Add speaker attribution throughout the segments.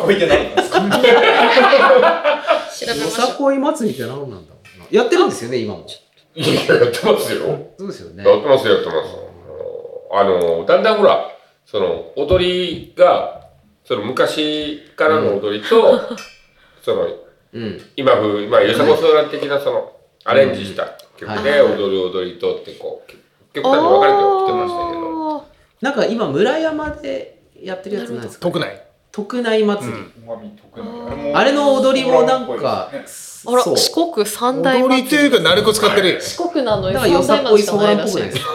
Speaker 1: こいって何なんですか
Speaker 2: 調べま
Speaker 3: よ
Speaker 2: しょ
Speaker 3: さ
Speaker 2: う。
Speaker 3: こい祭りって何なんだろうな。やってるんですよね、今も。
Speaker 4: いや、やってますよ。
Speaker 3: そうですよね。
Speaker 4: やってますよ、やってます。あの、だんだんほら、その、踊りが、その昔からの踊りと、その、
Speaker 3: うん。
Speaker 4: 今風、まあ、よさこそら的な、その、アレンジした曲で、踊る踊りとって、こう、極端に分かれてはきてましたけど、
Speaker 3: なんか今、村山でやってるやつなんですか
Speaker 5: 特内。
Speaker 3: 特内祭り。
Speaker 1: うまみ得意な
Speaker 2: あ
Speaker 1: の
Speaker 3: あれの踊りもなん
Speaker 1: ホ
Speaker 3: か
Speaker 1: ラーっぽい
Speaker 2: あ
Speaker 1: で、
Speaker 2: ら、
Speaker 3: そう。
Speaker 2: 四国三大
Speaker 5: 踊
Speaker 2: 祭
Speaker 5: りというか、鳴子使ってるよね。
Speaker 2: 四国なの
Speaker 3: だ
Speaker 2: よ
Speaker 3: からよさこい
Speaker 2: し
Speaker 3: そ
Speaker 2: か
Speaker 3: ば
Speaker 2: ない
Speaker 3: んっ
Speaker 2: ら
Speaker 3: ぽく
Speaker 2: し
Speaker 3: ない
Speaker 2: い
Speaker 3: です。か。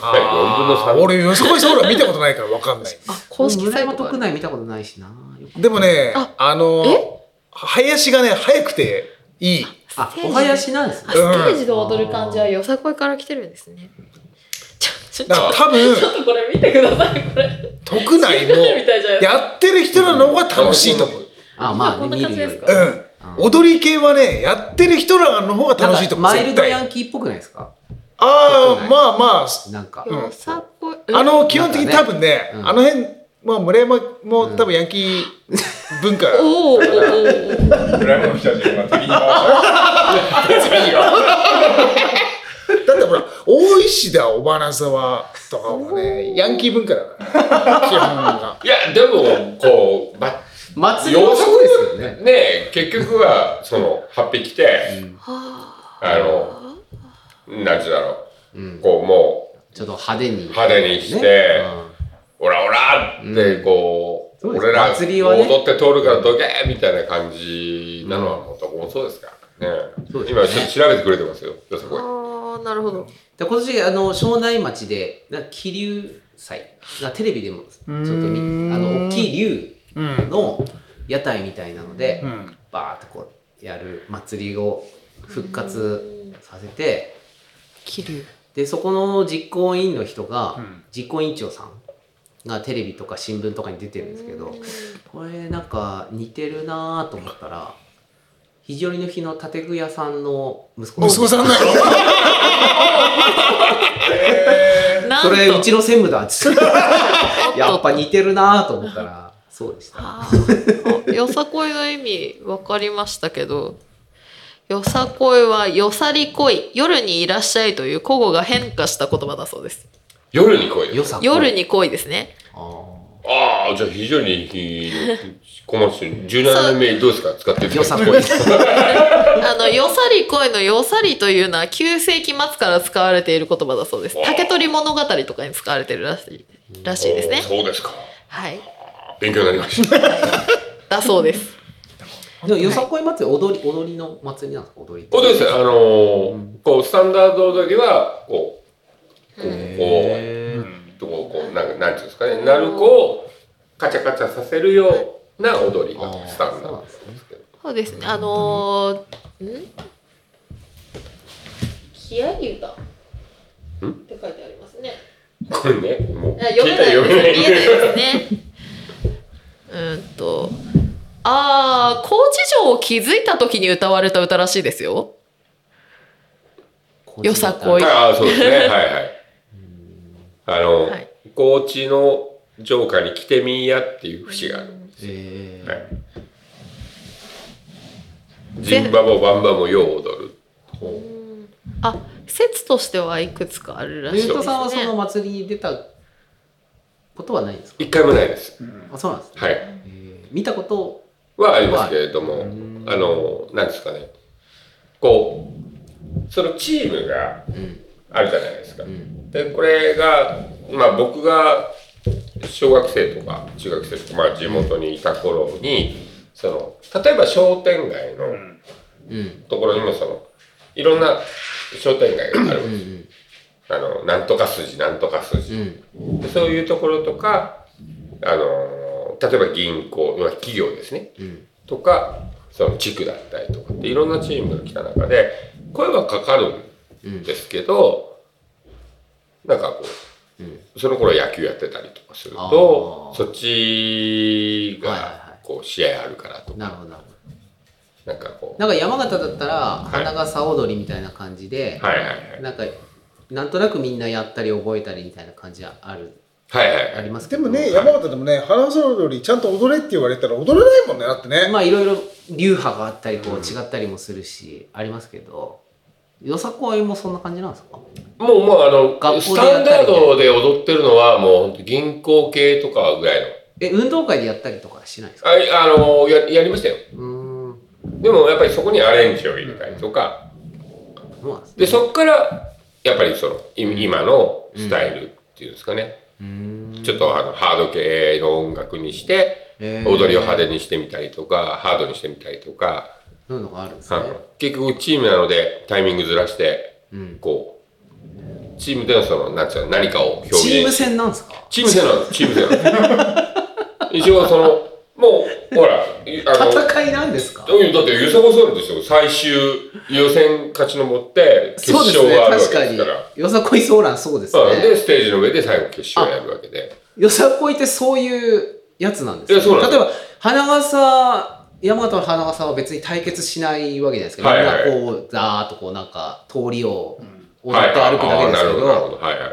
Speaker 4: あー
Speaker 5: 俺、よそこいそば見たことないから分か んない。
Speaker 2: あ、公式
Speaker 3: 村
Speaker 2: サイ
Speaker 3: 山
Speaker 2: トがあ
Speaker 3: 特
Speaker 2: る
Speaker 3: 内見たことないしな。よく
Speaker 5: でもね、
Speaker 2: あ
Speaker 5: あの、林がね、早くていい。
Speaker 3: あ
Speaker 2: ステー、ジ
Speaker 3: お囃子なんです
Speaker 2: あ
Speaker 3: ね
Speaker 2: ス。テージで踊る感じはよさこいから来てるんですね。ちょ、ちょ、ち
Speaker 5: だから
Speaker 2: ょ
Speaker 5: 多分
Speaker 2: ち、ょっとこれ見てください、これ。
Speaker 5: 特内
Speaker 2: みたいじ
Speaker 5: も、
Speaker 2: ゃないですか。
Speaker 5: やってる人らの方が楽しいと思う。
Speaker 3: あ、ま
Speaker 2: こ
Speaker 3: あ、
Speaker 2: んな
Speaker 3: 見
Speaker 2: 感
Speaker 3: る
Speaker 2: じ
Speaker 3: よ
Speaker 2: です
Speaker 3: り
Speaker 2: か。
Speaker 5: うん。
Speaker 3: うん
Speaker 5: 踊り系はね、やってる人らの方が楽しいと思う。
Speaker 3: なんかマイル
Speaker 5: 絶
Speaker 3: ド
Speaker 5: 対
Speaker 3: ヤンキーっぽくないですか
Speaker 5: ああ、まあまあ、
Speaker 3: なんか。
Speaker 2: よさこい。
Speaker 5: あの、基本的に多分ね、
Speaker 3: うん
Speaker 5: あの辺、まあ村山も多分ヤンキー文化。
Speaker 2: おーおーおーおー
Speaker 1: すね村山の人たちが敵に回した
Speaker 5: だってほら、大石田、尾花沢とかはね、ヤンキー文化だから。基本 が。
Speaker 4: いや、でも、こう、ば
Speaker 3: 祭りはそうですよね。
Speaker 4: ね結局は、その、8匹て、
Speaker 2: は
Speaker 4: あの、なんちゅうだろ
Speaker 3: うん
Speaker 4: う、。こう、もう、
Speaker 3: ちょっと派手に。
Speaker 4: 派手にして
Speaker 3: ね
Speaker 4: オラオラってこう、
Speaker 3: うんそうです
Speaker 4: 俺ら
Speaker 3: 祭りはね
Speaker 4: 踊って通るからどけーみたいな感じなのはもうどこもそうですからね。
Speaker 3: そうですね
Speaker 4: 今ちょっと調べてくれてますよ、よさ
Speaker 2: あ。
Speaker 4: こい。
Speaker 2: ああ、なるほど。
Speaker 3: で今年、あの、庄内町で、なんか気流祭。なんかテレビでも、ちょっと見、あの、大きい竜
Speaker 5: うん。
Speaker 3: の屋台みたいなので、
Speaker 5: うん。
Speaker 3: バーッとこう、やる祭りを復活させて、
Speaker 2: 桐生。
Speaker 3: で、そこの実行委員の人が、
Speaker 5: うん
Speaker 3: 実行委員長さんがテレビとか新聞とかに出てるんですけど、これなんか似てるなぁと思ったら、肘折の日の建具屋さんの息子
Speaker 5: 息子さんなの
Speaker 1: え
Speaker 2: なん
Speaker 3: そ
Speaker 2: と
Speaker 3: れうちの専務だっつ ってやっぱ似てるなぁと思ったらそうでした
Speaker 2: あーよさこいの意味わかりましたけど、よさこいはよさりこい、夜にいらっしゃいという古語が変化した言葉だそうです。
Speaker 4: 夜に来いよ。
Speaker 3: よさこい
Speaker 2: 夜に恋ですね。
Speaker 3: あー
Speaker 4: ああ、じゃあ非常にいい、小松君、17年目どうですか使ってて
Speaker 3: よ さこい
Speaker 2: あの、よさりこいのよさりというのは9世紀末から使われている言葉だそうです。竹取物語とかに使われてるらしい、らしいですね。
Speaker 4: そうですか。
Speaker 2: はい。
Speaker 4: 勉強になりました。
Speaker 2: だそうです。
Speaker 3: でもよさこい祭り踊り踊りの祭りなんですか踊り
Speaker 4: 本当ですよ。あのーこう、スタンダード踊りは、こう、こう、こう、
Speaker 3: へー
Speaker 4: とこうこうなんかなんていうんですかね鳴子をカチャカチャさせるような踊りが
Speaker 3: あー
Speaker 4: スタン
Speaker 3: そ
Speaker 4: ダー
Speaker 3: うな
Speaker 4: ド
Speaker 3: んですね
Speaker 2: そうですね。あのー、ん気合い歌って書いてありますね。
Speaker 4: これねもう
Speaker 2: あ読めない
Speaker 4: 聞たら
Speaker 2: です。見えないですね。うーんと。ああ、高知城を築いた時に歌われた歌らしいですよ。よさこい
Speaker 4: ああそうですねはいはいあの、
Speaker 2: はい
Speaker 4: 高知の城下に来てみーやっていう節がある、
Speaker 3: へー
Speaker 4: はいジンバボバンバもよう踊る
Speaker 2: あ、説としてはいくつかあるらしい
Speaker 3: ゆう
Speaker 2: です
Speaker 3: と
Speaker 2: ね。
Speaker 3: さんはその祭りに出たことはないんですか
Speaker 4: 一回もないです
Speaker 3: あそうなんですね
Speaker 4: はい
Speaker 3: えー見たこと
Speaker 4: はありますけれども、
Speaker 3: はいうん
Speaker 4: あのなんですかねこうそのチームが
Speaker 3: うん
Speaker 4: あるじゃないですか、
Speaker 3: うん
Speaker 4: でこれが、まあ、僕が小学生とか中学生とか、まあ、地元にいた頃にその例えば商店街の
Speaker 3: うん
Speaker 4: ところにもそのいろんな商店街がある
Speaker 3: うんう
Speaker 4: わけです
Speaker 3: ん
Speaker 4: あのなんとか筋なんとか
Speaker 3: う
Speaker 4: 筋、
Speaker 3: ん
Speaker 4: でそういうところとかあの例えば銀行、まあ、企業ですね
Speaker 3: うん
Speaker 4: とかその地区だったりとかっていろんなチームが来た中で声はかかる
Speaker 3: うん
Speaker 4: ですけど、なんかこう、
Speaker 3: うん
Speaker 4: その頃野球やってたりとかすると
Speaker 3: あー
Speaker 4: そっち
Speaker 3: はいはいは
Speaker 4: が
Speaker 3: い
Speaker 4: こう試合あるからとか、
Speaker 3: なるほどなるほど
Speaker 4: なんかこう
Speaker 3: なんか山形だったら花笠踊りみたいな感じで、
Speaker 4: はいはいはい
Speaker 3: なんかなんとなくみんなやったり覚えたりみたいな感じはある
Speaker 4: はいはい
Speaker 3: ありますけ
Speaker 5: で
Speaker 3: ど
Speaker 5: もね、山形でもね、花園よりちゃんと踊れって言われたら踊れないもんね、だってね。
Speaker 3: まあいろいろ流派があったりこう違ったりもするし、ありますけどよさこいもそんな感じなんですか
Speaker 4: もうもうあの、
Speaker 3: 学校
Speaker 4: ス
Speaker 3: でや
Speaker 4: タ
Speaker 3: ったり
Speaker 4: ン
Speaker 3: ね
Speaker 4: ダードで踊ってるのはもう銀行系とかぐらいの。
Speaker 3: え運動会でやったりとかはしないですか
Speaker 4: あいあのや、やりましたよ。
Speaker 3: うーん
Speaker 4: でもやっぱりそこにアレンジを入れたりとか。
Speaker 3: そうなんですね
Speaker 4: で、そこから、やっぱりその、い今のスタイルっていうんですかね。
Speaker 3: うーん
Speaker 4: ちょっとあの、ハード系の音楽にして、
Speaker 3: えー
Speaker 4: 踊りを派手にしてみたりとか、ハードにしてみたりとか、
Speaker 3: そういうのがあるんです
Speaker 4: あ
Speaker 3: ね
Speaker 4: の結局チームなのでタイミングずらして、
Speaker 3: うん
Speaker 4: こう、チームでのその、なんちゃうの何かを表現
Speaker 3: チーム戦なんですか
Speaker 4: チーム戦なん です、チーム戦なんです。一応その、もう、ほら、いあの、だ
Speaker 3: 戦いなんですか
Speaker 4: って、ユサゴソルですよ、最終予選勝ち上って、決
Speaker 3: そうです
Speaker 4: 勝
Speaker 3: ね
Speaker 4: があるわ
Speaker 3: 確
Speaker 4: け
Speaker 3: か
Speaker 4: です
Speaker 3: に
Speaker 4: から。
Speaker 3: よさこいソーランそうです
Speaker 4: うんで、
Speaker 3: ね
Speaker 4: ステージの上で最後決勝やるわけで。
Speaker 3: よさこいってそういうやつなんです
Speaker 4: いやそうなん
Speaker 3: 例
Speaker 4: で
Speaker 3: えば花笠大和の花笠は別に対決しないわけじゃないですか、
Speaker 4: はいはい
Speaker 3: みんなこうザーッとこうなんか通りを踊
Speaker 4: はい
Speaker 3: って歩くだけですけ
Speaker 4: あーなるほ
Speaker 3: ど,、
Speaker 4: ど、なるほど。はいはい。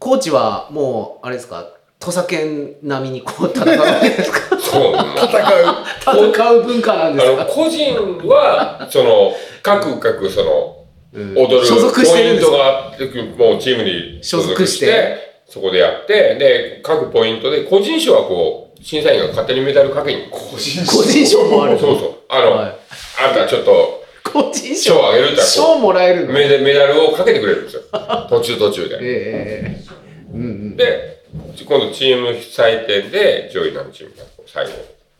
Speaker 3: コーチはもうあれですか土佐犬並みにこう戦うわけです か
Speaker 4: そう、もう
Speaker 5: 戦
Speaker 3: 戦う文化なんです
Speaker 4: あの、
Speaker 3: か
Speaker 4: 個人は、その、各各、その、
Speaker 3: うん
Speaker 4: 踊る
Speaker 3: 所属してるんです
Speaker 4: ポイン
Speaker 3: か
Speaker 4: トがあってもうチームに
Speaker 3: 所属して
Speaker 4: そこでやってで各ポイントで個人賞はこう審査員が勝手にメダルかけに
Speaker 1: 個人
Speaker 3: 個人賞もあ
Speaker 4: そう
Speaker 3: る
Speaker 4: そうそうあの、
Speaker 3: はい
Speaker 4: あんたちょっと
Speaker 3: 個人賞
Speaker 4: 賞あげるって言ったらこ
Speaker 3: 賞もらえる
Speaker 4: う
Speaker 3: の
Speaker 4: メダメダルをかけてくれるんですよ途中途中で
Speaker 3: ええええうんうん、
Speaker 4: で今度チーム採点で上位何チームが最後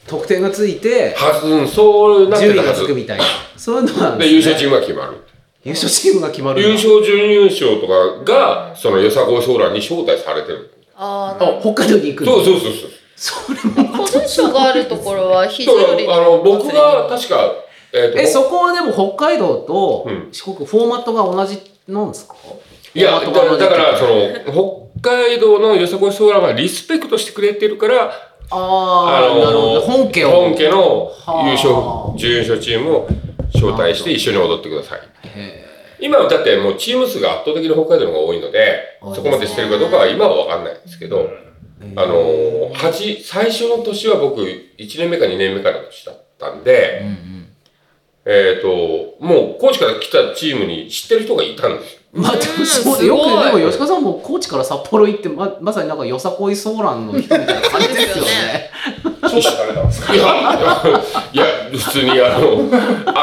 Speaker 3: 得点がついて
Speaker 4: はずうんそうなって
Speaker 3: 順位
Speaker 4: たは
Speaker 3: が
Speaker 4: ず
Speaker 3: つくみたいなそういうのなん
Speaker 4: で優勝チームが決まる
Speaker 3: 優勝チームが決まるんだ
Speaker 4: 優勝準優勝とかがそのよさこいソーランに招待されてる
Speaker 2: あ
Speaker 3: あ北海道に行く
Speaker 4: そう
Speaker 3: う
Speaker 4: そうそうそう
Speaker 3: それも
Speaker 2: 個人賞があるところは非
Speaker 4: そう
Speaker 2: 常に
Speaker 4: あの僕が確か、えーと
Speaker 3: えそこはでも北海道と
Speaker 4: うん
Speaker 3: 四国フォーマットが同じなんですか
Speaker 4: いや
Speaker 3: フ
Speaker 4: だ
Speaker 3: ォーマットが同じ
Speaker 4: だからその北海道のよさこいソーランはリスペクトしてくれてるから、
Speaker 3: あー、
Speaker 4: のー
Speaker 3: なるほど本家を
Speaker 4: 本家の優
Speaker 3: は
Speaker 4: 勝
Speaker 3: あ
Speaker 4: 準優勝チームを招待して一緒に踊ってください
Speaker 3: へ
Speaker 4: 今だってもうチーム数が圧倒的に北海道の方が多いので
Speaker 3: 多いですね
Speaker 4: そこまでしてるかどうかは今は分かんないですけど、
Speaker 3: ー
Speaker 4: あのー八最初の年は僕1年目か2年目かの年だったんで、
Speaker 3: うんうん
Speaker 4: えっ、と、もう、コーチから来たチームに知ってる人がいたんですよ。
Speaker 3: まあでもそう
Speaker 2: うん
Speaker 3: よ
Speaker 2: す
Speaker 3: く
Speaker 2: ごい
Speaker 3: でも吉川さんも高知から札幌行ってままさになんかよさこいソーランの人みたいな感じですよ
Speaker 2: ですよ
Speaker 3: ね
Speaker 1: そうしかダメなんですか
Speaker 4: いや、いや、普通にあの、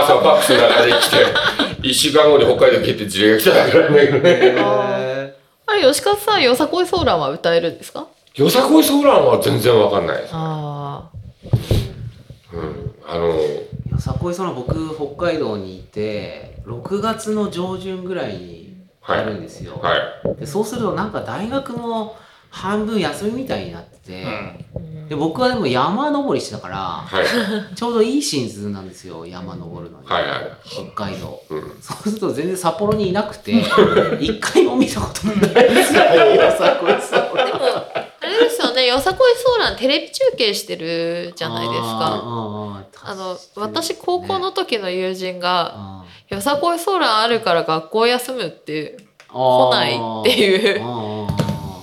Speaker 4: 朝ファックス流れてきて、1週間後に北海道来て事例が来ただけなんだけどね。
Speaker 3: へ
Speaker 2: あれ吉川さんよさこいソーランは歌えるんですか
Speaker 4: よさこいソーランは全然わかんないです。
Speaker 2: ああ
Speaker 4: うん。あの、
Speaker 3: ーよさこいソーラン僕北海道にいて6月の上旬ぐらいにやるんですよ、
Speaker 4: はい。
Speaker 3: でそうするとなんか大学も半分休みみたいになってて、で僕はでも山登りしてたから
Speaker 4: はい。
Speaker 3: ちょうどいいシーズンなんですよ山登るのに、
Speaker 4: はいはい。
Speaker 3: 北海道
Speaker 4: うん。
Speaker 3: そうすると全然札幌にいなくて一回も見たことないですよさこいさ
Speaker 2: でもあれですよねよさこいソーランテレビ中継してるじゃないですか
Speaker 3: あー
Speaker 2: あ
Speaker 3: ー
Speaker 2: の
Speaker 3: 確かに
Speaker 2: 私高校の時の友人が
Speaker 3: あー
Speaker 2: 「よさこいソーランあるから学校休む」って来
Speaker 3: あ
Speaker 2: ないっていう
Speaker 3: あ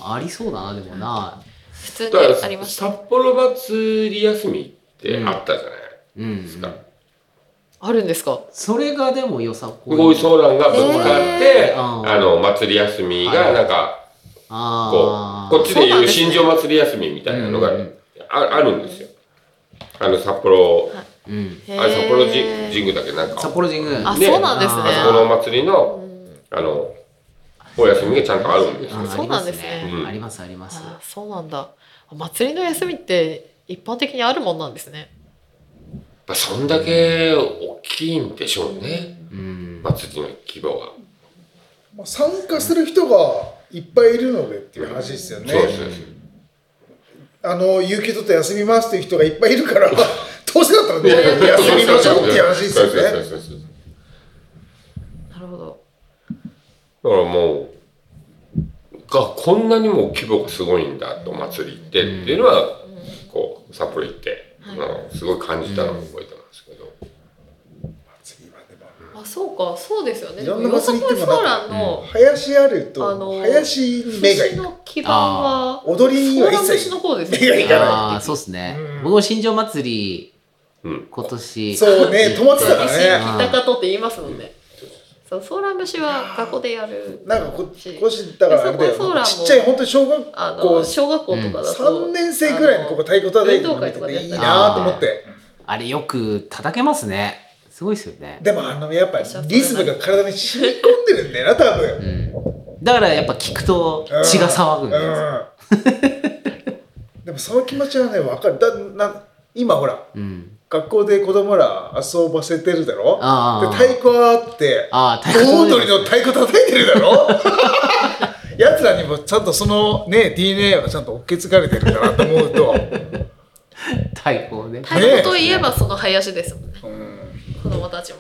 Speaker 3: ーありそうだなでもな
Speaker 2: 普通
Speaker 4: だ
Speaker 2: に
Speaker 4: から、
Speaker 2: ありました
Speaker 4: 札幌祭り休みってあったじゃない
Speaker 3: うん、うん
Speaker 4: ですか。
Speaker 2: あるんですか
Speaker 3: それがでもよさこい
Speaker 4: こういうソーランがぶつかって、
Speaker 3: へー
Speaker 4: あの、祭り休みがなんか、
Speaker 3: あ
Speaker 4: こ
Speaker 3: ー
Speaker 4: うこっちでいう新庄祭り休みみたいなのが
Speaker 3: うん
Speaker 4: ああるんですよ。あの札幌、
Speaker 3: うん
Speaker 4: あれ札幌神
Speaker 2: へー
Speaker 4: 神宮だっけなんか、
Speaker 3: 札
Speaker 4: あ
Speaker 3: 幌神宮
Speaker 2: あ
Speaker 4: ね
Speaker 2: そうなんですね
Speaker 4: そこのお祭りの、あの、お休みがちゃんとあるんですよ。
Speaker 3: あ
Speaker 2: そうなんですね
Speaker 4: うん
Speaker 3: ありますあります。
Speaker 2: あそうなんだお祭りの休みって一般的にあるもんなんですね
Speaker 4: まあそんだけ大きいんでしょうね、
Speaker 3: うん。
Speaker 4: 祭りの規模は。
Speaker 5: まあ参加する人がいっぱいいるのでっていう話ですよね
Speaker 4: そう。ですそうです。
Speaker 5: あの、有給取って休みますっていう人がいっぱいいるから、 どうせだったらね、休みましょうっていう話ですよ
Speaker 4: そうそう
Speaker 5: ね。
Speaker 4: そうそうそう
Speaker 2: なるほど
Speaker 4: だからもうがこんなにも規模がすごいんだと祭りって、っていうのはこう札幌行って、
Speaker 2: はい
Speaker 4: あのすごい感じたのを覚えてますけど、
Speaker 5: 次はでも
Speaker 2: あそうかそうですよね
Speaker 5: い
Speaker 2: で
Speaker 5: ろ
Speaker 2: も
Speaker 5: んな
Speaker 2: よさ
Speaker 5: 祭り行
Speaker 2: こ
Speaker 5: っ
Speaker 2: い
Speaker 5: て
Speaker 2: ソ
Speaker 5: も
Speaker 2: ー
Speaker 5: な
Speaker 2: ランの
Speaker 5: 林ある
Speaker 2: あの
Speaker 5: と林に目がい
Speaker 2: 節
Speaker 5: く
Speaker 2: の基盤は
Speaker 5: 踊りに
Speaker 2: ソー
Speaker 5: は
Speaker 2: ラン
Speaker 5: 一
Speaker 2: 節
Speaker 5: 切
Speaker 2: の方です
Speaker 5: 目がい
Speaker 2: よ
Speaker 5: かない
Speaker 2: ね
Speaker 3: ああ、そうですね
Speaker 5: うん。
Speaker 3: 僕も新庄祭り、
Speaker 4: うん。
Speaker 3: 今年。
Speaker 5: そうね止まってたから
Speaker 2: 西
Speaker 5: ね
Speaker 2: 北方って言いますもんねそうソーラン節は学校でやる
Speaker 5: なんかこ今年だからあれだ
Speaker 2: いやそこはそうだ
Speaker 5: よちっちゃい本当に小学
Speaker 2: あ
Speaker 5: こ
Speaker 2: の
Speaker 5: う
Speaker 2: 小学校とかだと、
Speaker 5: 3年生ぐらいの子が太鼓叩いてるの見て
Speaker 2: 運動会とかでや
Speaker 5: て
Speaker 2: っ
Speaker 5: いい
Speaker 2: たり
Speaker 5: なと思って
Speaker 3: あれよく叩けますね。すごいですよね。
Speaker 5: でもあのやっぱリズムが体に染み込んでるんだよ な多分
Speaker 3: うん。だからやっぱ聞くと血が騒ぐんです。
Speaker 5: うんでもその気持ちはね分かるだな今ほら
Speaker 3: うん。
Speaker 5: 学校で子供ら遊ばせてるだろ
Speaker 3: あ
Speaker 5: で
Speaker 3: あ
Speaker 5: 太鼓あって
Speaker 3: ああ、
Speaker 5: 大
Speaker 3: 太鼓
Speaker 5: 踊りの太鼓叩いてるだ ろやつらにもちゃんとそのね DNA はちゃんと受け継がれてるかなと思う と、
Speaker 3: 太鼓ね。
Speaker 2: 太鼓といえばその林ですもんね
Speaker 5: うん
Speaker 2: 子供たちも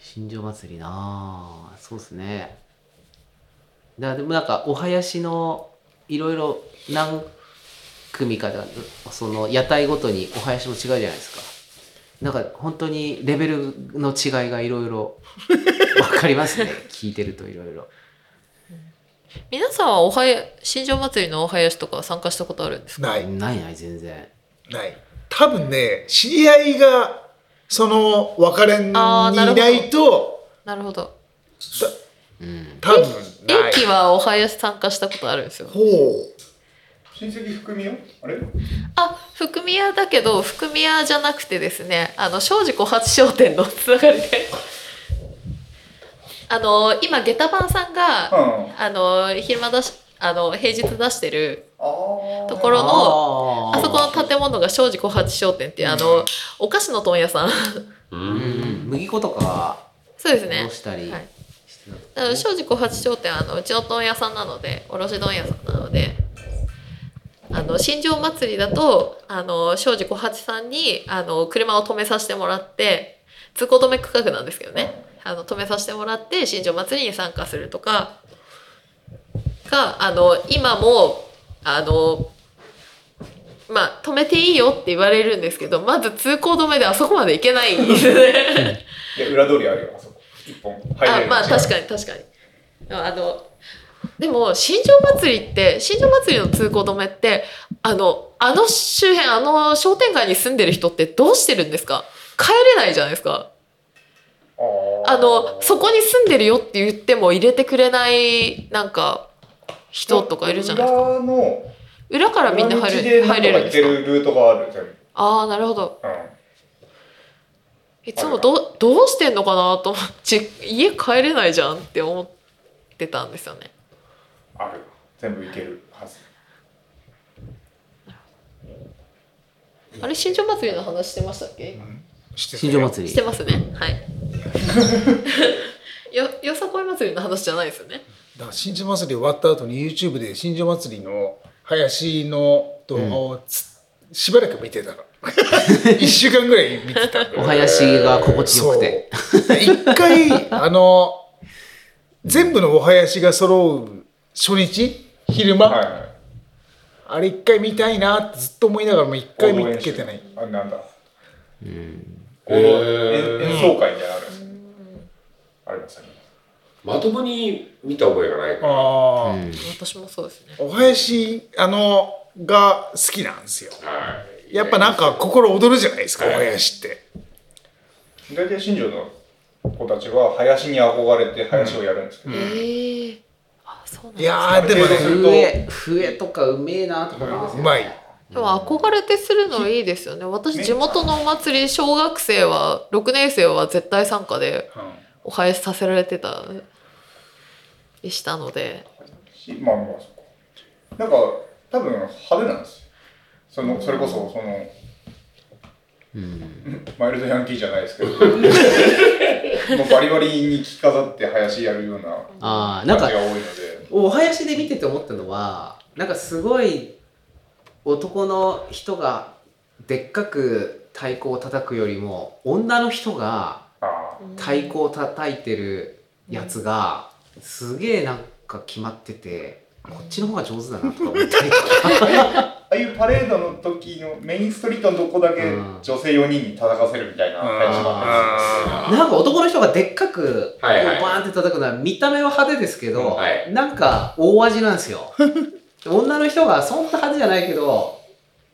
Speaker 3: 新庄祭りなあそうですねだでもなんかお囃子のいろいろ何組かだその屋台ごとにお囃子も違うじゃないですかなんか本当にレベルの違いがいろ いろわかりますね聞いてるといろいろ
Speaker 2: 皆さんはおはや新庄祭りのお囃子とかは参加したことあるんですか
Speaker 5: ない
Speaker 3: ないない全然
Speaker 5: ない多分ね知り合いがその別れにい
Speaker 2: あーなるほど
Speaker 5: ないと
Speaker 2: なるほど
Speaker 3: うん
Speaker 5: 多分ない
Speaker 2: 演気はお囃子参加したことあるんですよ
Speaker 5: ほう
Speaker 1: 親戚含みよあれ
Speaker 2: あ福宮だけど福宮じゃなくてですねあの庄司小八商店のつながりであの今下駄番さんが、
Speaker 1: うん
Speaker 2: あの昼間出しあの平日出してる
Speaker 1: あ
Speaker 2: ところの
Speaker 3: あー
Speaker 2: あそこの建物が庄司小八商店っていうあの、お菓子の問屋さん
Speaker 3: うんうん麦粉とか
Speaker 2: そうですね
Speaker 3: 戻したり
Speaker 2: はい
Speaker 3: してたと
Speaker 2: あの庄司小八商店はあのうちの問屋さんなので卸問屋さんなのであの新庄祭りだとあの庄司小八さんにあの車を止めさせてもらって通行止め区画なんですけどねあの止めさせてもらって新庄祭りに参加するとかかあの今もあのまあ止めていいよって言われるんですけどまず通行止めであそこまで行けないんですね。
Speaker 1: いや裏通りあるよあそこ一本入れ
Speaker 2: あ
Speaker 1: る
Speaker 2: まあ確かに確かにでもあのでも新庄祭りって新庄祭りの通行止めってあのあの周辺あの商店街に住んでる人ってどうしてるんですか帰れないじゃないですかあのそこに住んでるよって言っても入れてくれないなんか人とかいるじゃないですか
Speaker 1: 裏の
Speaker 2: 裏からみんな
Speaker 1: 裏道
Speaker 2: 入
Speaker 1: で
Speaker 2: る
Speaker 1: なんと
Speaker 2: 入れ
Speaker 1: か
Speaker 2: るんで
Speaker 1: 行け
Speaker 2: すか
Speaker 1: るルートがある全部
Speaker 2: ああなるほど
Speaker 1: うん
Speaker 2: いつもどうどうしてんのかなと思って家帰れないじゃんって思ってたんですよね
Speaker 1: ある全部行けるはず
Speaker 2: あれ新庄祭りの話してましたっけ今
Speaker 5: 知っ
Speaker 3: 新
Speaker 5: てた
Speaker 3: 庄
Speaker 5: よ
Speaker 3: 祭
Speaker 2: し
Speaker 3: り
Speaker 2: てますね。はい。 よ、よさこい祭りの話じゃないですよね。
Speaker 5: だから新庄祭り終わった後に YouTube で新庄祭りの林の動画をつ、しばらく見て たの一週間ぐらい見てた
Speaker 3: お囃子が心地よ
Speaker 5: そ
Speaker 3: く
Speaker 5: う
Speaker 3: て
Speaker 5: 一回あの全部のお囃子が揃う初日昼間、
Speaker 1: はいはい
Speaker 5: あれ一回見たいなってずっと思いながらも一回見つけてない
Speaker 1: あなんだ
Speaker 3: うん
Speaker 1: 合同演演奏会みたいなのあるんですよありますあります
Speaker 4: まともに見た覚えがないから。
Speaker 5: ああ、
Speaker 3: うん
Speaker 2: 私もそうですね。
Speaker 5: お囃子あのが好きなんですよ
Speaker 4: はい
Speaker 5: やっぱなんか心躍るじゃないですかお囃子って
Speaker 1: 大体新庄の子たちは林に憧れて林をやるんですけど、
Speaker 2: ええあ、そうなんだ
Speaker 5: いやーでも
Speaker 1: そ
Speaker 5: ね
Speaker 1: う
Speaker 3: 笛笛とかうめえなとか思います
Speaker 5: うまい
Speaker 2: でも憧れてするのいいですよね。私地元のお祭り、小学生は、六年生は絶対参加で。お囃子させられてた。でしたので。
Speaker 1: しまあまあそこなんか多分派手なんですよそのそれこそそのマイルドヤンキーじゃないですけどもうバリバリに着飾って林やるような
Speaker 3: ああなん
Speaker 1: 感
Speaker 3: か
Speaker 1: じが多いので
Speaker 3: お囃子で見てて思ったのはなんかすごい男の人がでっかく太鼓を叩くよりも女の人が
Speaker 1: あ
Speaker 3: 太鼓を叩いてるやつがすげえなんか決まっててこっちの方が上手だなとか思ったりとか
Speaker 1: あああいうパレードの時のメインストリートのとこだけ
Speaker 3: うん
Speaker 1: 女性4人に叩かせるみたいな配置もあ
Speaker 5: あ
Speaker 3: なんか男の人がでっかく、こうバ
Speaker 4: はいはい
Speaker 3: ーンって叩くのは見た目は派手ですけど、
Speaker 4: はい
Speaker 3: なんか大味なんですよ。 女の人がそんな派手じゃないけど、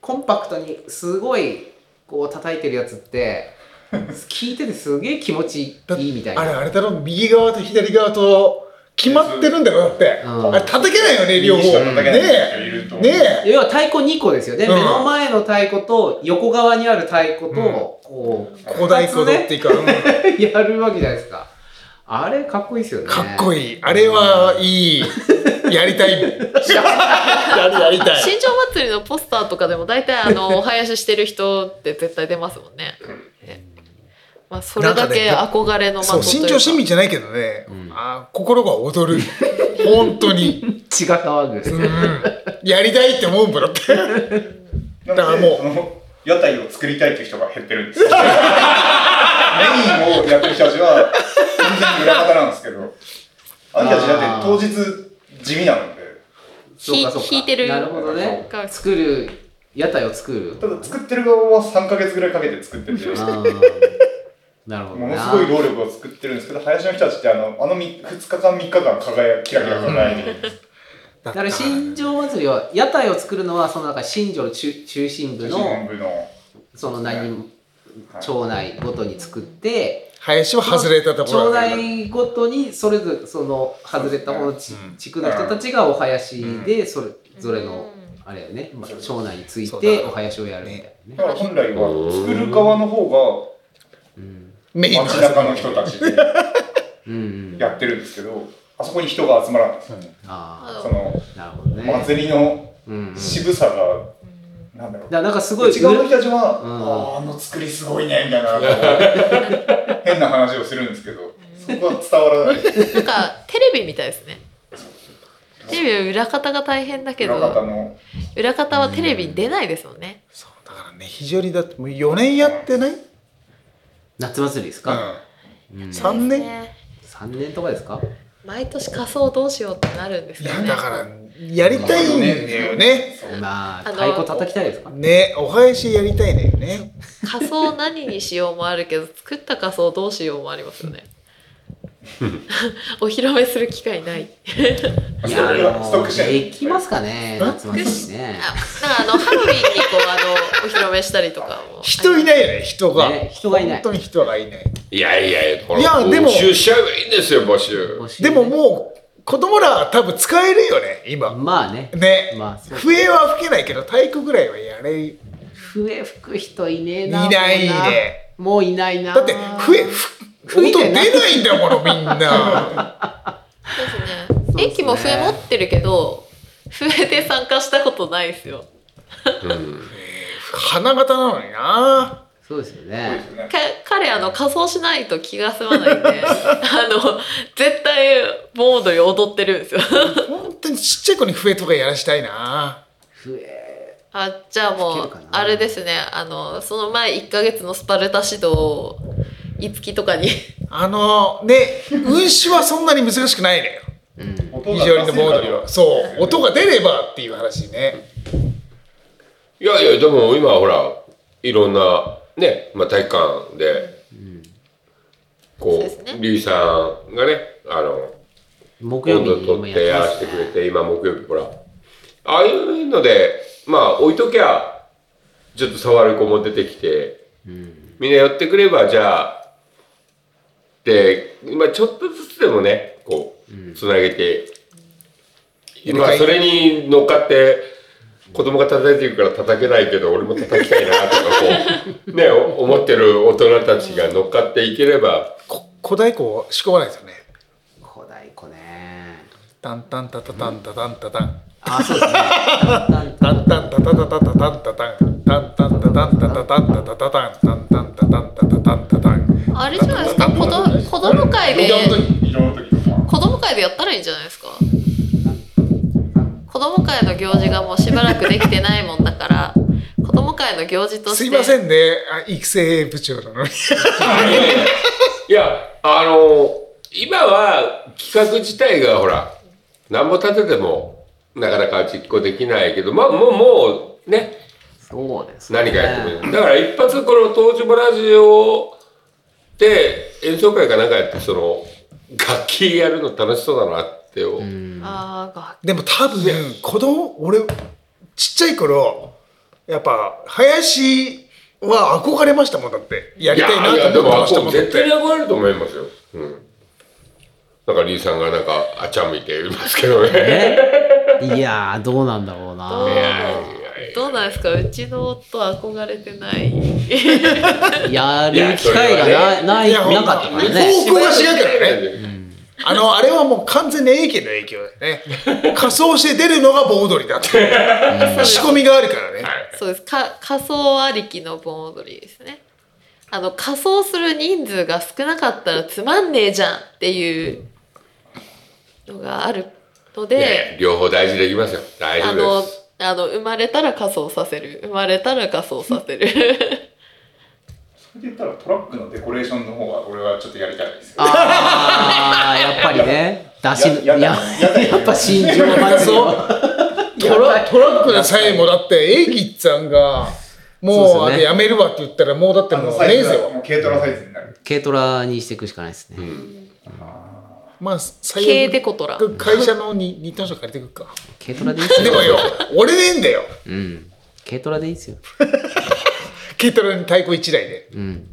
Speaker 3: コンパクトにすごいこう叩いてるやつって、聞いててすげえ気持ち
Speaker 5: だ
Speaker 3: いいみたい
Speaker 5: あれ
Speaker 3: な。
Speaker 5: あれだろ右側と左側と決まってるんだろだって、
Speaker 3: うん
Speaker 5: あれ叩けないよね両方
Speaker 1: ります
Speaker 3: うん
Speaker 1: ね。
Speaker 5: ね
Speaker 1: いると
Speaker 5: え
Speaker 1: 思う
Speaker 5: ねえ
Speaker 3: 要は太鼓2個ですよね。
Speaker 5: うん
Speaker 3: 目の前の太鼓と横側にある太鼓と、こう、
Speaker 5: 古代鼓動っていうか、うん
Speaker 3: やるわけじゃないですか。あれかっこいいですよね。
Speaker 5: かっこ
Speaker 3: いい。
Speaker 5: いいあれはいいやりたいやる やりたい
Speaker 2: 新庄祭りのポスターとかでも大体あ のお囃子してる人って絶対出ますもんね。ねまあ、それだけ
Speaker 5: なん
Speaker 2: 憧れの的と
Speaker 5: そう
Speaker 2: い
Speaker 5: 新
Speaker 2: う
Speaker 5: 庄
Speaker 2: か
Speaker 5: 市民じゃないけどね、
Speaker 3: うん
Speaker 5: あ心が踊る本当に、
Speaker 3: 血が騒ぐ。
Speaker 5: うん、やりたいって思うもんだって
Speaker 1: だからもう、その屋台を作りたいっていう人が減ってるんです よ。メインをやってる人たちは、全然裏方なんですけど、あの人たちだって当日地味なので、
Speaker 3: そうかそうか
Speaker 2: ひ弾いてる
Speaker 3: なるほどね
Speaker 2: か
Speaker 3: 作る屋台を作る
Speaker 1: ただ作ってる側は3ヶ月ぐらいかけて作ってて、も
Speaker 3: あーなるほどな
Speaker 1: のすごい労力を作ってるんですけど、林の人たちってあの、あの2日間、3日間輝き、キラキラ輝いてるんです。
Speaker 5: だ
Speaker 3: だ
Speaker 5: か
Speaker 3: からら新庄祭りは屋台を作るのはそのなんか新庄の中中心部
Speaker 1: 中
Speaker 3: の
Speaker 1: 心部の。
Speaker 3: その何
Speaker 1: はい
Speaker 3: 町内ごとに作って
Speaker 5: 林は外れたところ
Speaker 3: 町
Speaker 5: だけど
Speaker 3: 内ごとにそれぞれその外れた方のち
Speaker 5: うん
Speaker 3: 地区の人たちがお囃子でそれぞれの
Speaker 2: う
Speaker 3: あれよねまあ町内につい
Speaker 5: そう
Speaker 3: て
Speaker 5: だ
Speaker 3: お囃子をやるみたいなね
Speaker 1: だから本来は作る側の方
Speaker 3: うん
Speaker 5: メイン
Speaker 1: が
Speaker 5: の
Speaker 1: 街中の人たちで
Speaker 3: うんうん
Speaker 1: やってるんですけど、あそこに人が集まらないんですよね。
Speaker 3: あ
Speaker 1: その
Speaker 3: あなるほどね
Speaker 1: 祭りの
Speaker 3: うんうんだか
Speaker 1: 渋さが、なんだろう。
Speaker 3: らなんかすごい
Speaker 1: 内側の人たちは、
Speaker 3: うん
Speaker 1: あーあの作りすごいねみたいななんか 変な話をするんですけどそこは伝わらない
Speaker 2: なんかテレビみたいですね。テレビは裏方が大変だけ
Speaker 1: 裏方
Speaker 2: ど
Speaker 1: の
Speaker 2: 裏方はテレビに出ないですもんね。
Speaker 5: そうだからね非常にだってもう4年やってない、う
Speaker 3: 夏祭りですか、
Speaker 5: ん
Speaker 3: うん
Speaker 5: さ残念
Speaker 2: ね
Speaker 3: 3年とかですか
Speaker 2: 毎年仮装どうしようってなるんです
Speaker 5: い
Speaker 2: け
Speaker 5: や
Speaker 2: どね。
Speaker 5: だからやりたいんだよね。
Speaker 3: まあ
Speaker 2: あの
Speaker 3: 太鼓叩きたいですか
Speaker 5: ねお囃子やりたいんだよね。
Speaker 2: 仮装何にしようもあるけど作った仮装どうしようもありますよねお披露目する機会ない
Speaker 1: ス
Speaker 3: い
Speaker 1: ト
Speaker 3: や
Speaker 1: ックがストックして
Speaker 3: できますかね
Speaker 5: うん
Speaker 3: 夏祭りね
Speaker 2: あなんかあのハロウィンにこうあのお披露目したりとかも
Speaker 5: 人いないよね人が。
Speaker 3: ね人がいない
Speaker 5: 本当に人がいない。
Speaker 4: いやいやいや、これ
Speaker 5: いやでも
Speaker 4: 募集しちゃえばいいんですよ、募集。
Speaker 3: 募集
Speaker 5: で
Speaker 3: ね
Speaker 5: ももう子供らは多分使えるよね今。
Speaker 3: まあね
Speaker 5: ね。
Speaker 3: まあそう
Speaker 5: 笛は吹けないけど太鼓ぐらいはやれる。
Speaker 3: 笛吹く人いねえないい
Speaker 5: ないね
Speaker 3: もういないな
Speaker 5: だって笛ふ
Speaker 3: 吹
Speaker 5: 音
Speaker 3: いて
Speaker 5: 出な
Speaker 3: ない
Speaker 5: いんだものみ んな。
Speaker 2: そうです
Speaker 3: そうです
Speaker 2: ね
Speaker 3: ね
Speaker 2: 駅も笛持ってるけど笛で参加したことないですよ
Speaker 5: 花形なのにな。
Speaker 3: そうですよ
Speaker 1: るん
Speaker 3: ね
Speaker 1: ですよね
Speaker 2: か彼あの仮装しないと気が済まないんで あの絶対盆踊り踊ってるんですよ
Speaker 5: 本当にちっちゃい子に笛とかやらしたいな。
Speaker 3: 笛
Speaker 2: あじゃあも
Speaker 3: 吹け
Speaker 2: う
Speaker 3: るかな
Speaker 2: あれですねあのその前1ヶ月のスパルタ指導をいつきとかに
Speaker 5: あのね運指はそんなに難しくないね。
Speaker 3: うん
Speaker 1: 音
Speaker 5: 非
Speaker 1: が
Speaker 5: 常にの盆踊り
Speaker 1: 出せるか
Speaker 5: は。そう音が出ればっていう話ね。
Speaker 4: いやいや、でも今ほら、いろんな、ね、まあ、体育館で、
Speaker 2: そう
Speaker 4: こ
Speaker 2: ですね
Speaker 4: う、リュウさんがね、あの、
Speaker 3: 木曜
Speaker 4: 今
Speaker 3: 日
Speaker 4: 度
Speaker 3: に今
Speaker 4: 撮ってや
Speaker 3: や
Speaker 4: ら
Speaker 3: って
Speaker 4: せ
Speaker 3: ま
Speaker 4: て
Speaker 3: す
Speaker 4: く
Speaker 3: ね
Speaker 4: れて、今木曜日、ほら。ああいうので、まあ、置いときゃ、ちょっと触る子も出てきて、みんな寄ってくれば、じゃあ、で、今ちょっとずつでもね、こう、つなげて、今それに乗っかって、子供が叩いてるから叩けないけど、俺も叩きたいな、とか、こ う、ね、お思ってる大人たちが乗っかっていければ、
Speaker 5: こ古代鼓を仕込まないですよね。
Speaker 3: 古代湖ね
Speaker 5: タンタンタタタンタタンタタン。
Speaker 3: あそうですね
Speaker 5: タ ンタンタタタタタタンタタン。タンタンタタンタタタンタタタン。タンタンタタンタタタンタタ ン。
Speaker 2: あれじゃないですか子ど子供会で
Speaker 1: 移動の時とか
Speaker 2: 子供会でやったらいいんじゃないですか子供会の行事がもうしばらくできてないもんだから子供会の行事として
Speaker 5: すいませんね、あ育成部長なのに。
Speaker 4: いや、あの、今は企画自体がほら、なんぼ立てても、なかなか実行できないけど、まあ、もう、もう、ね、
Speaker 3: そうですね。
Speaker 4: 何かやってくれる、だから一発この東芝ラジオで演奏会かなんかやってその楽器やるの楽しそうだなって思う、
Speaker 2: ああが
Speaker 5: でも多分子供俺ちっちゃい頃やっぱ林は憧れましたもんだってやりたいなと思ってましたもんだっ
Speaker 4: 絶対に
Speaker 5: て
Speaker 4: 憧れると思いますよ。うん。なんかリーさんがなんかあちゃん見ていますけどね。いやい
Speaker 3: ねいやー、どうなんだろう
Speaker 2: どう
Speaker 3: な。
Speaker 4: やい
Speaker 2: どうなんですかうちの夫は憧れてない
Speaker 3: やる機会がな,、ないい
Speaker 5: や
Speaker 3: なかったからね。
Speaker 5: 方向が違うからね
Speaker 4: や。
Speaker 5: あのあれはもう完全に英家の影響だよね仮装して出るのが盆踊りだって仕込みがあるからね、
Speaker 2: そうですか仮装ありきの盆踊りですねあの仮装する人数が少なかったらつまんねえじゃんっていうのがあるので
Speaker 4: いやいや両方大事できますよ。大
Speaker 2: あ
Speaker 4: 丈夫
Speaker 2: の
Speaker 4: です。
Speaker 2: あの生まれたら仮装させる生まれたら仮装させる
Speaker 1: それで言ったらトラックのデコレーションの方が俺はちょっとやりたいですよ。
Speaker 3: ああ、やっぱりね。出し、い
Speaker 1: や
Speaker 3: や、
Speaker 1: やだ
Speaker 3: や
Speaker 1: や
Speaker 3: っ
Speaker 1: だ
Speaker 3: ぱ新庄松 尾。
Speaker 5: トラトラックでさえもだって英樹さんがもう
Speaker 3: そうですよね
Speaker 5: あれやめるわって言ったらもうだって
Speaker 1: あ
Speaker 5: も
Speaker 1: の
Speaker 5: う
Speaker 1: サイ
Speaker 5: 年
Speaker 1: ズ
Speaker 5: 生
Speaker 1: は
Speaker 5: は
Speaker 1: もう軽トラサイズになる。
Speaker 3: 軽トラにしていくしかないですね。
Speaker 5: まあ最
Speaker 2: 軽
Speaker 5: 悪
Speaker 2: デコトラ
Speaker 5: 会社のに二等車借りてくっか
Speaker 3: 軽トラでいいっす
Speaker 5: で
Speaker 3: よ。
Speaker 5: もよ俺でいいんだよ
Speaker 3: うん。軽トラでいいっすよ。
Speaker 5: 軽トラに太鼓一台で
Speaker 3: うん。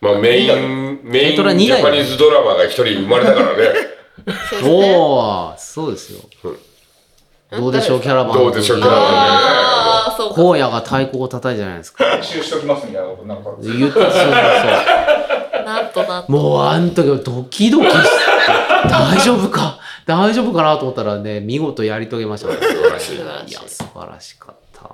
Speaker 4: まあメインメイン
Speaker 3: 軽トラ二
Speaker 4: ジ
Speaker 3: 台
Speaker 4: ャパニーズドラマが一人生まれたからね。
Speaker 2: そうですね
Speaker 3: おお、そうですよ
Speaker 4: うん。
Speaker 3: どうでしょう、キャラバン。
Speaker 4: どうでしょうキャラバン
Speaker 2: ああそうか
Speaker 3: 荒野が太鼓を叩いたじゃないですか。
Speaker 1: 練習しときますみたいなことなんか。
Speaker 3: 言ったそうそうそう。
Speaker 2: なんとなんと
Speaker 3: もうあの時はドキドキして、大丈夫か大丈夫かなと思ったらね、見事やり遂げましたね。
Speaker 4: 素晴らしい
Speaker 2: 素晴。ら
Speaker 3: い
Speaker 2: しい
Speaker 3: や、素晴らしかった。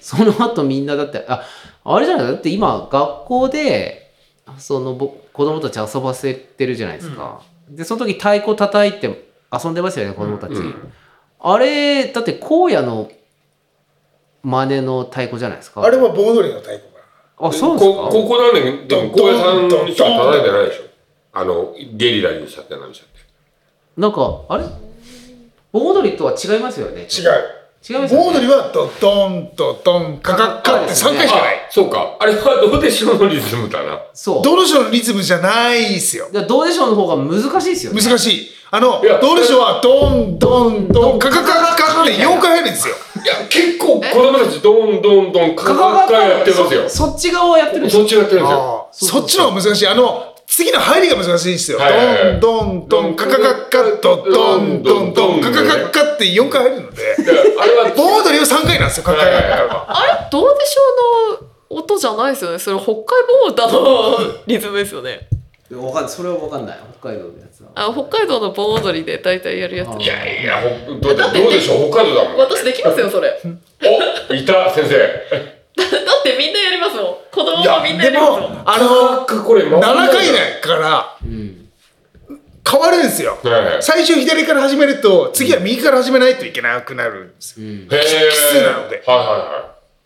Speaker 3: その後みんなだって、あ、あれじゃないだって今学校で、そのぼ子供たち遊ばせてるじゃないですか。で、その時太鼓叩いて遊んでますよね、子供たち。
Speaker 4: うん
Speaker 3: あれ、だって荒野の真似の太鼓じゃないですか。
Speaker 5: あれは盆踊りの太鼓か
Speaker 3: あ、そうですか
Speaker 4: こここ何年でも小林さんにしか叩いてないでしょ。あのゲリラにしたって何したって。
Speaker 3: なんか、あれ盆踊りとは違いますよね。
Speaker 5: 違う
Speaker 3: 違いますよ
Speaker 5: 盆
Speaker 3: ね。
Speaker 5: 踊りはドドンドドンカカッカって3回しかない
Speaker 4: あ、そうか。あれはどうでしょうのリズムだな。
Speaker 3: そう。
Speaker 5: どの人のリズムじゃないっすよ
Speaker 3: だからどうでしょうの方が難しいですよね。
Speaker 5: 難しいあの
Speaker 4: いや
Speaker 5: どうでしょうはドンドンドンカカカカカって4回入るんですよ
Speaker 4: いや、結構子供たちどんどんどんカカカカやってますよ。
Speaker 3: そそっち側をやってるんです
Speaker 4: そっちやってるんですよ。
Speaker 5: あーそっちの方が難しいあの次の入りが難しいんですよ
Speaker 4: はいはいはい
Speaker 5: ドンドンドンカカカカドドンドンドンカカカカって4回入るので
Speaker 4: だからあれは、
Speaker 5: 盆踊りは3回なんですよカカカカは
Speaker 2: あれどうでしょうの音じゃないですよねそれ北海盆歌のリズムですよね
Speaker 3: わかんない。それはわかんない。北海道のやつは。
Speaker 2: あ北海道の盆踊りで大体やるやつ
Speaker 3: あ
Speaker 4: いやいや、ほどうだどうでしょう、北海道だもん。
Speaker 2: 私できますよそれだ
Speaker 4: お、いた、先生。
Speaker 2: ってみんなやりますもん子供もみんなやり
Speaker 5: で
Speaker 2: ますもん
Speaker 5: もあの
Speaker 4: かこれ、7
Speaker 5: 7回ないから
Speaker 3: うん。
Speaker 5: 変わるんですよ
Speaker 4: はいはい
Speaker 5: 最初左から始めると次は右から始めないといけなくなるんですよ
Speaker 3: うん。
Speaker 4: へぇ
Speaker 5: 奇数なので
Speaker 4: はいはいはい。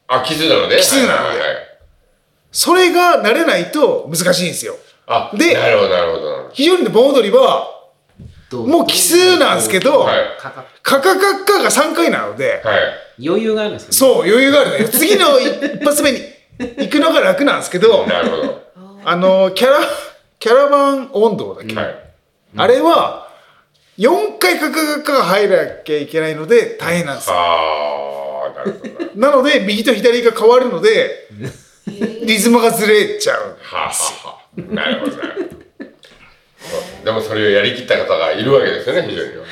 Speaker 4: あ、奇数なので奇
Speaker 5: 数なのでそれが慣れないと難しいんですよ
Speaker 4: あ、
Speaker 5: で
Speaker 4: なるほど、なるほどなるほ
Speaker 5: 非常に盆踊りは
Speaker 3: ど
Speaker 5: もう奇数なんですけ。ど、
Speaker 4: ど。はい。
Speaker 3: かか
Speaker 5: カカカカが3回なので
Speaker 4: はい。
Speaker 3: 余裕があるんですよ、ね。
Speaker 5: そう余裕があるね次の一発目に行くのが楽なんですけど
Speaker 4: なるほど。
Speaker 5: あのキャラキャラバン音頭だっけ、
Speaker 4: はい。
Speaker 5: あれは4回カカカカが入らなきゃいけないので大変なんですよ
Speaker 4: あー、なるほどな。
Speaker 5: なので右と左が変わるのでリズムがずれちゃう
Speaker 4: はあ、はあ、はあ。なるほど、なるほど。でもそれをやりきった方がいるわけですよね、非常には。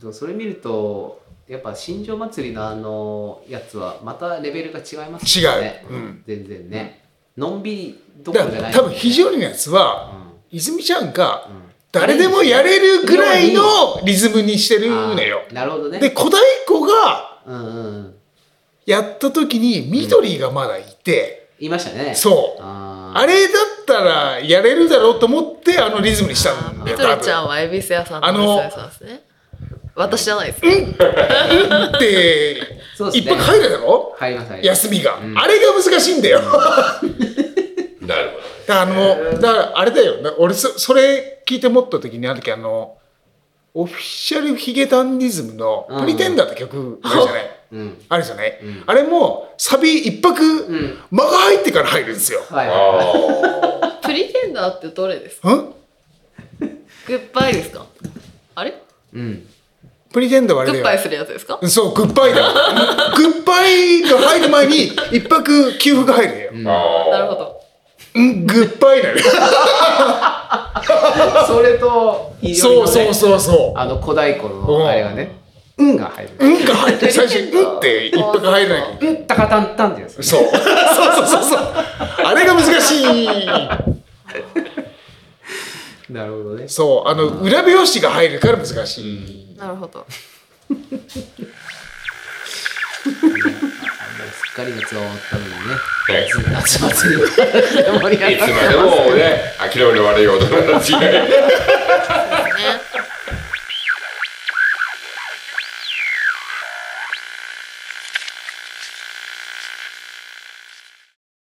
Speaker 3: そうそれ見ると、やっぱ新庄祭りのあのやつはまたレベルが違いますよね。
Speaker 5: 違ううん
Speaker 3: 全然ね。のんびりどこ
Speaker 5: だ
Speaker 3: ろじ
Speaker 5: か
Speaker 3: ゃな
Speaker 5: ら
Speaker 3: い。
Speaker 5: 多分非常にのやつは、
Speaker 3: うん
Speaker 5: 泉ちゃんが
Speaker 3: ん
Speaker 5: 誰でもやれるぐらいのリズムにしてる
Speaker 3: あ
Speaker 5: の
Speaker 3: ー
Speaker 5: よ。
Speaker 3: なるほどね。
Speaker 5: で小太鼓が
Speaker 3: うんうんうん。
Speaker 5: やった時に緑がまだいて、
Speaker 3: 言いましたね。
Speaker 5: そう
Speaker 3: あー
Speaker 5: あれだったらやれるだろうと思ってあのリズムにしたんだ
Speaker 2: み
Speaker 5: よ
Speaker 2: とりちゃ
Speaker 5: 多
Speaker 2: んは恵比寿屋さん
Speaker 5: あの
Speaker 2: のお寿司屋さんですね私じゃないですね
Speaker 5: 分。で
Speaker 3: そうです
Speaker 5: 一
Speaker 3: ね
Speaker 5: 泊入るだろ
Speaker 3: 入ります入ります。
Speaker 5: 休みが、あれが難しい んだよ。
Speaker 4: なるほど。
Speaker 5: だからあの、だからあれだよ、な俺そ、それ聞いて思った時に、ある時あの、オフィシャルヒゲダンディズムの
Speaker 3: うん
Speaker 5: プリテンダーって曲あるじゃない。
Speaker 3: うん。
Speaker 5: あるじゃない、
Speaker 3: うん
Speaker 5: あれもサビ一泊、
Speaker 3: ん
Speaker 5: 間が入ってから入るんですよ。
Speaker 3: はいはい。
Speaker 4: あ
Speaker 2: プリテンダーってどれですか
Speaker 5: ん
Speaker 2: グッバイですかあれ
Speaker 3: うん。
Speaker 5: プリテンダーはあ
Speaker 2: グ
Speaker 5: れだ
Speaker 2: ッ
Speaker 5: よ。
Speaker 2: バイするやつですか
Speaker 5: そう、グッバイ だ。グッバイが入る前に、一泊給付が入るよ。
Speaker 4: あああ
Speaker 2: なるほど
Speaker 5: うん、グッバ イだよ。
Speaker 3: それと、
Speaker 5: そうそうそうそ
Speaker 3: あの、小太鼓のあれがね、うんが入る。
Speaker 5: う。うんが入って、最初にうんって一泊入らなきゃいけない。
Speaker 3: うん、たかたんたんってやつ。
Speaker 5: そう。そうそうそうそう。あれが難しい。
Speaker 3: なるほどね。
Speaker 5: そう、あの、裏表紙が入るから難しい。
Speaker 2: なるほど
Speaker 3: すっかり夏は終わったのにね。
Speaker 4: はい
Speaker 3: 夏祭り盛り
Speaker 4: い
Speaker 3: 上
Speaker 4: つ
Speaker 3: がっ
Speaker 4: までもね、諦められようとなら違い。
Speaker 2: ね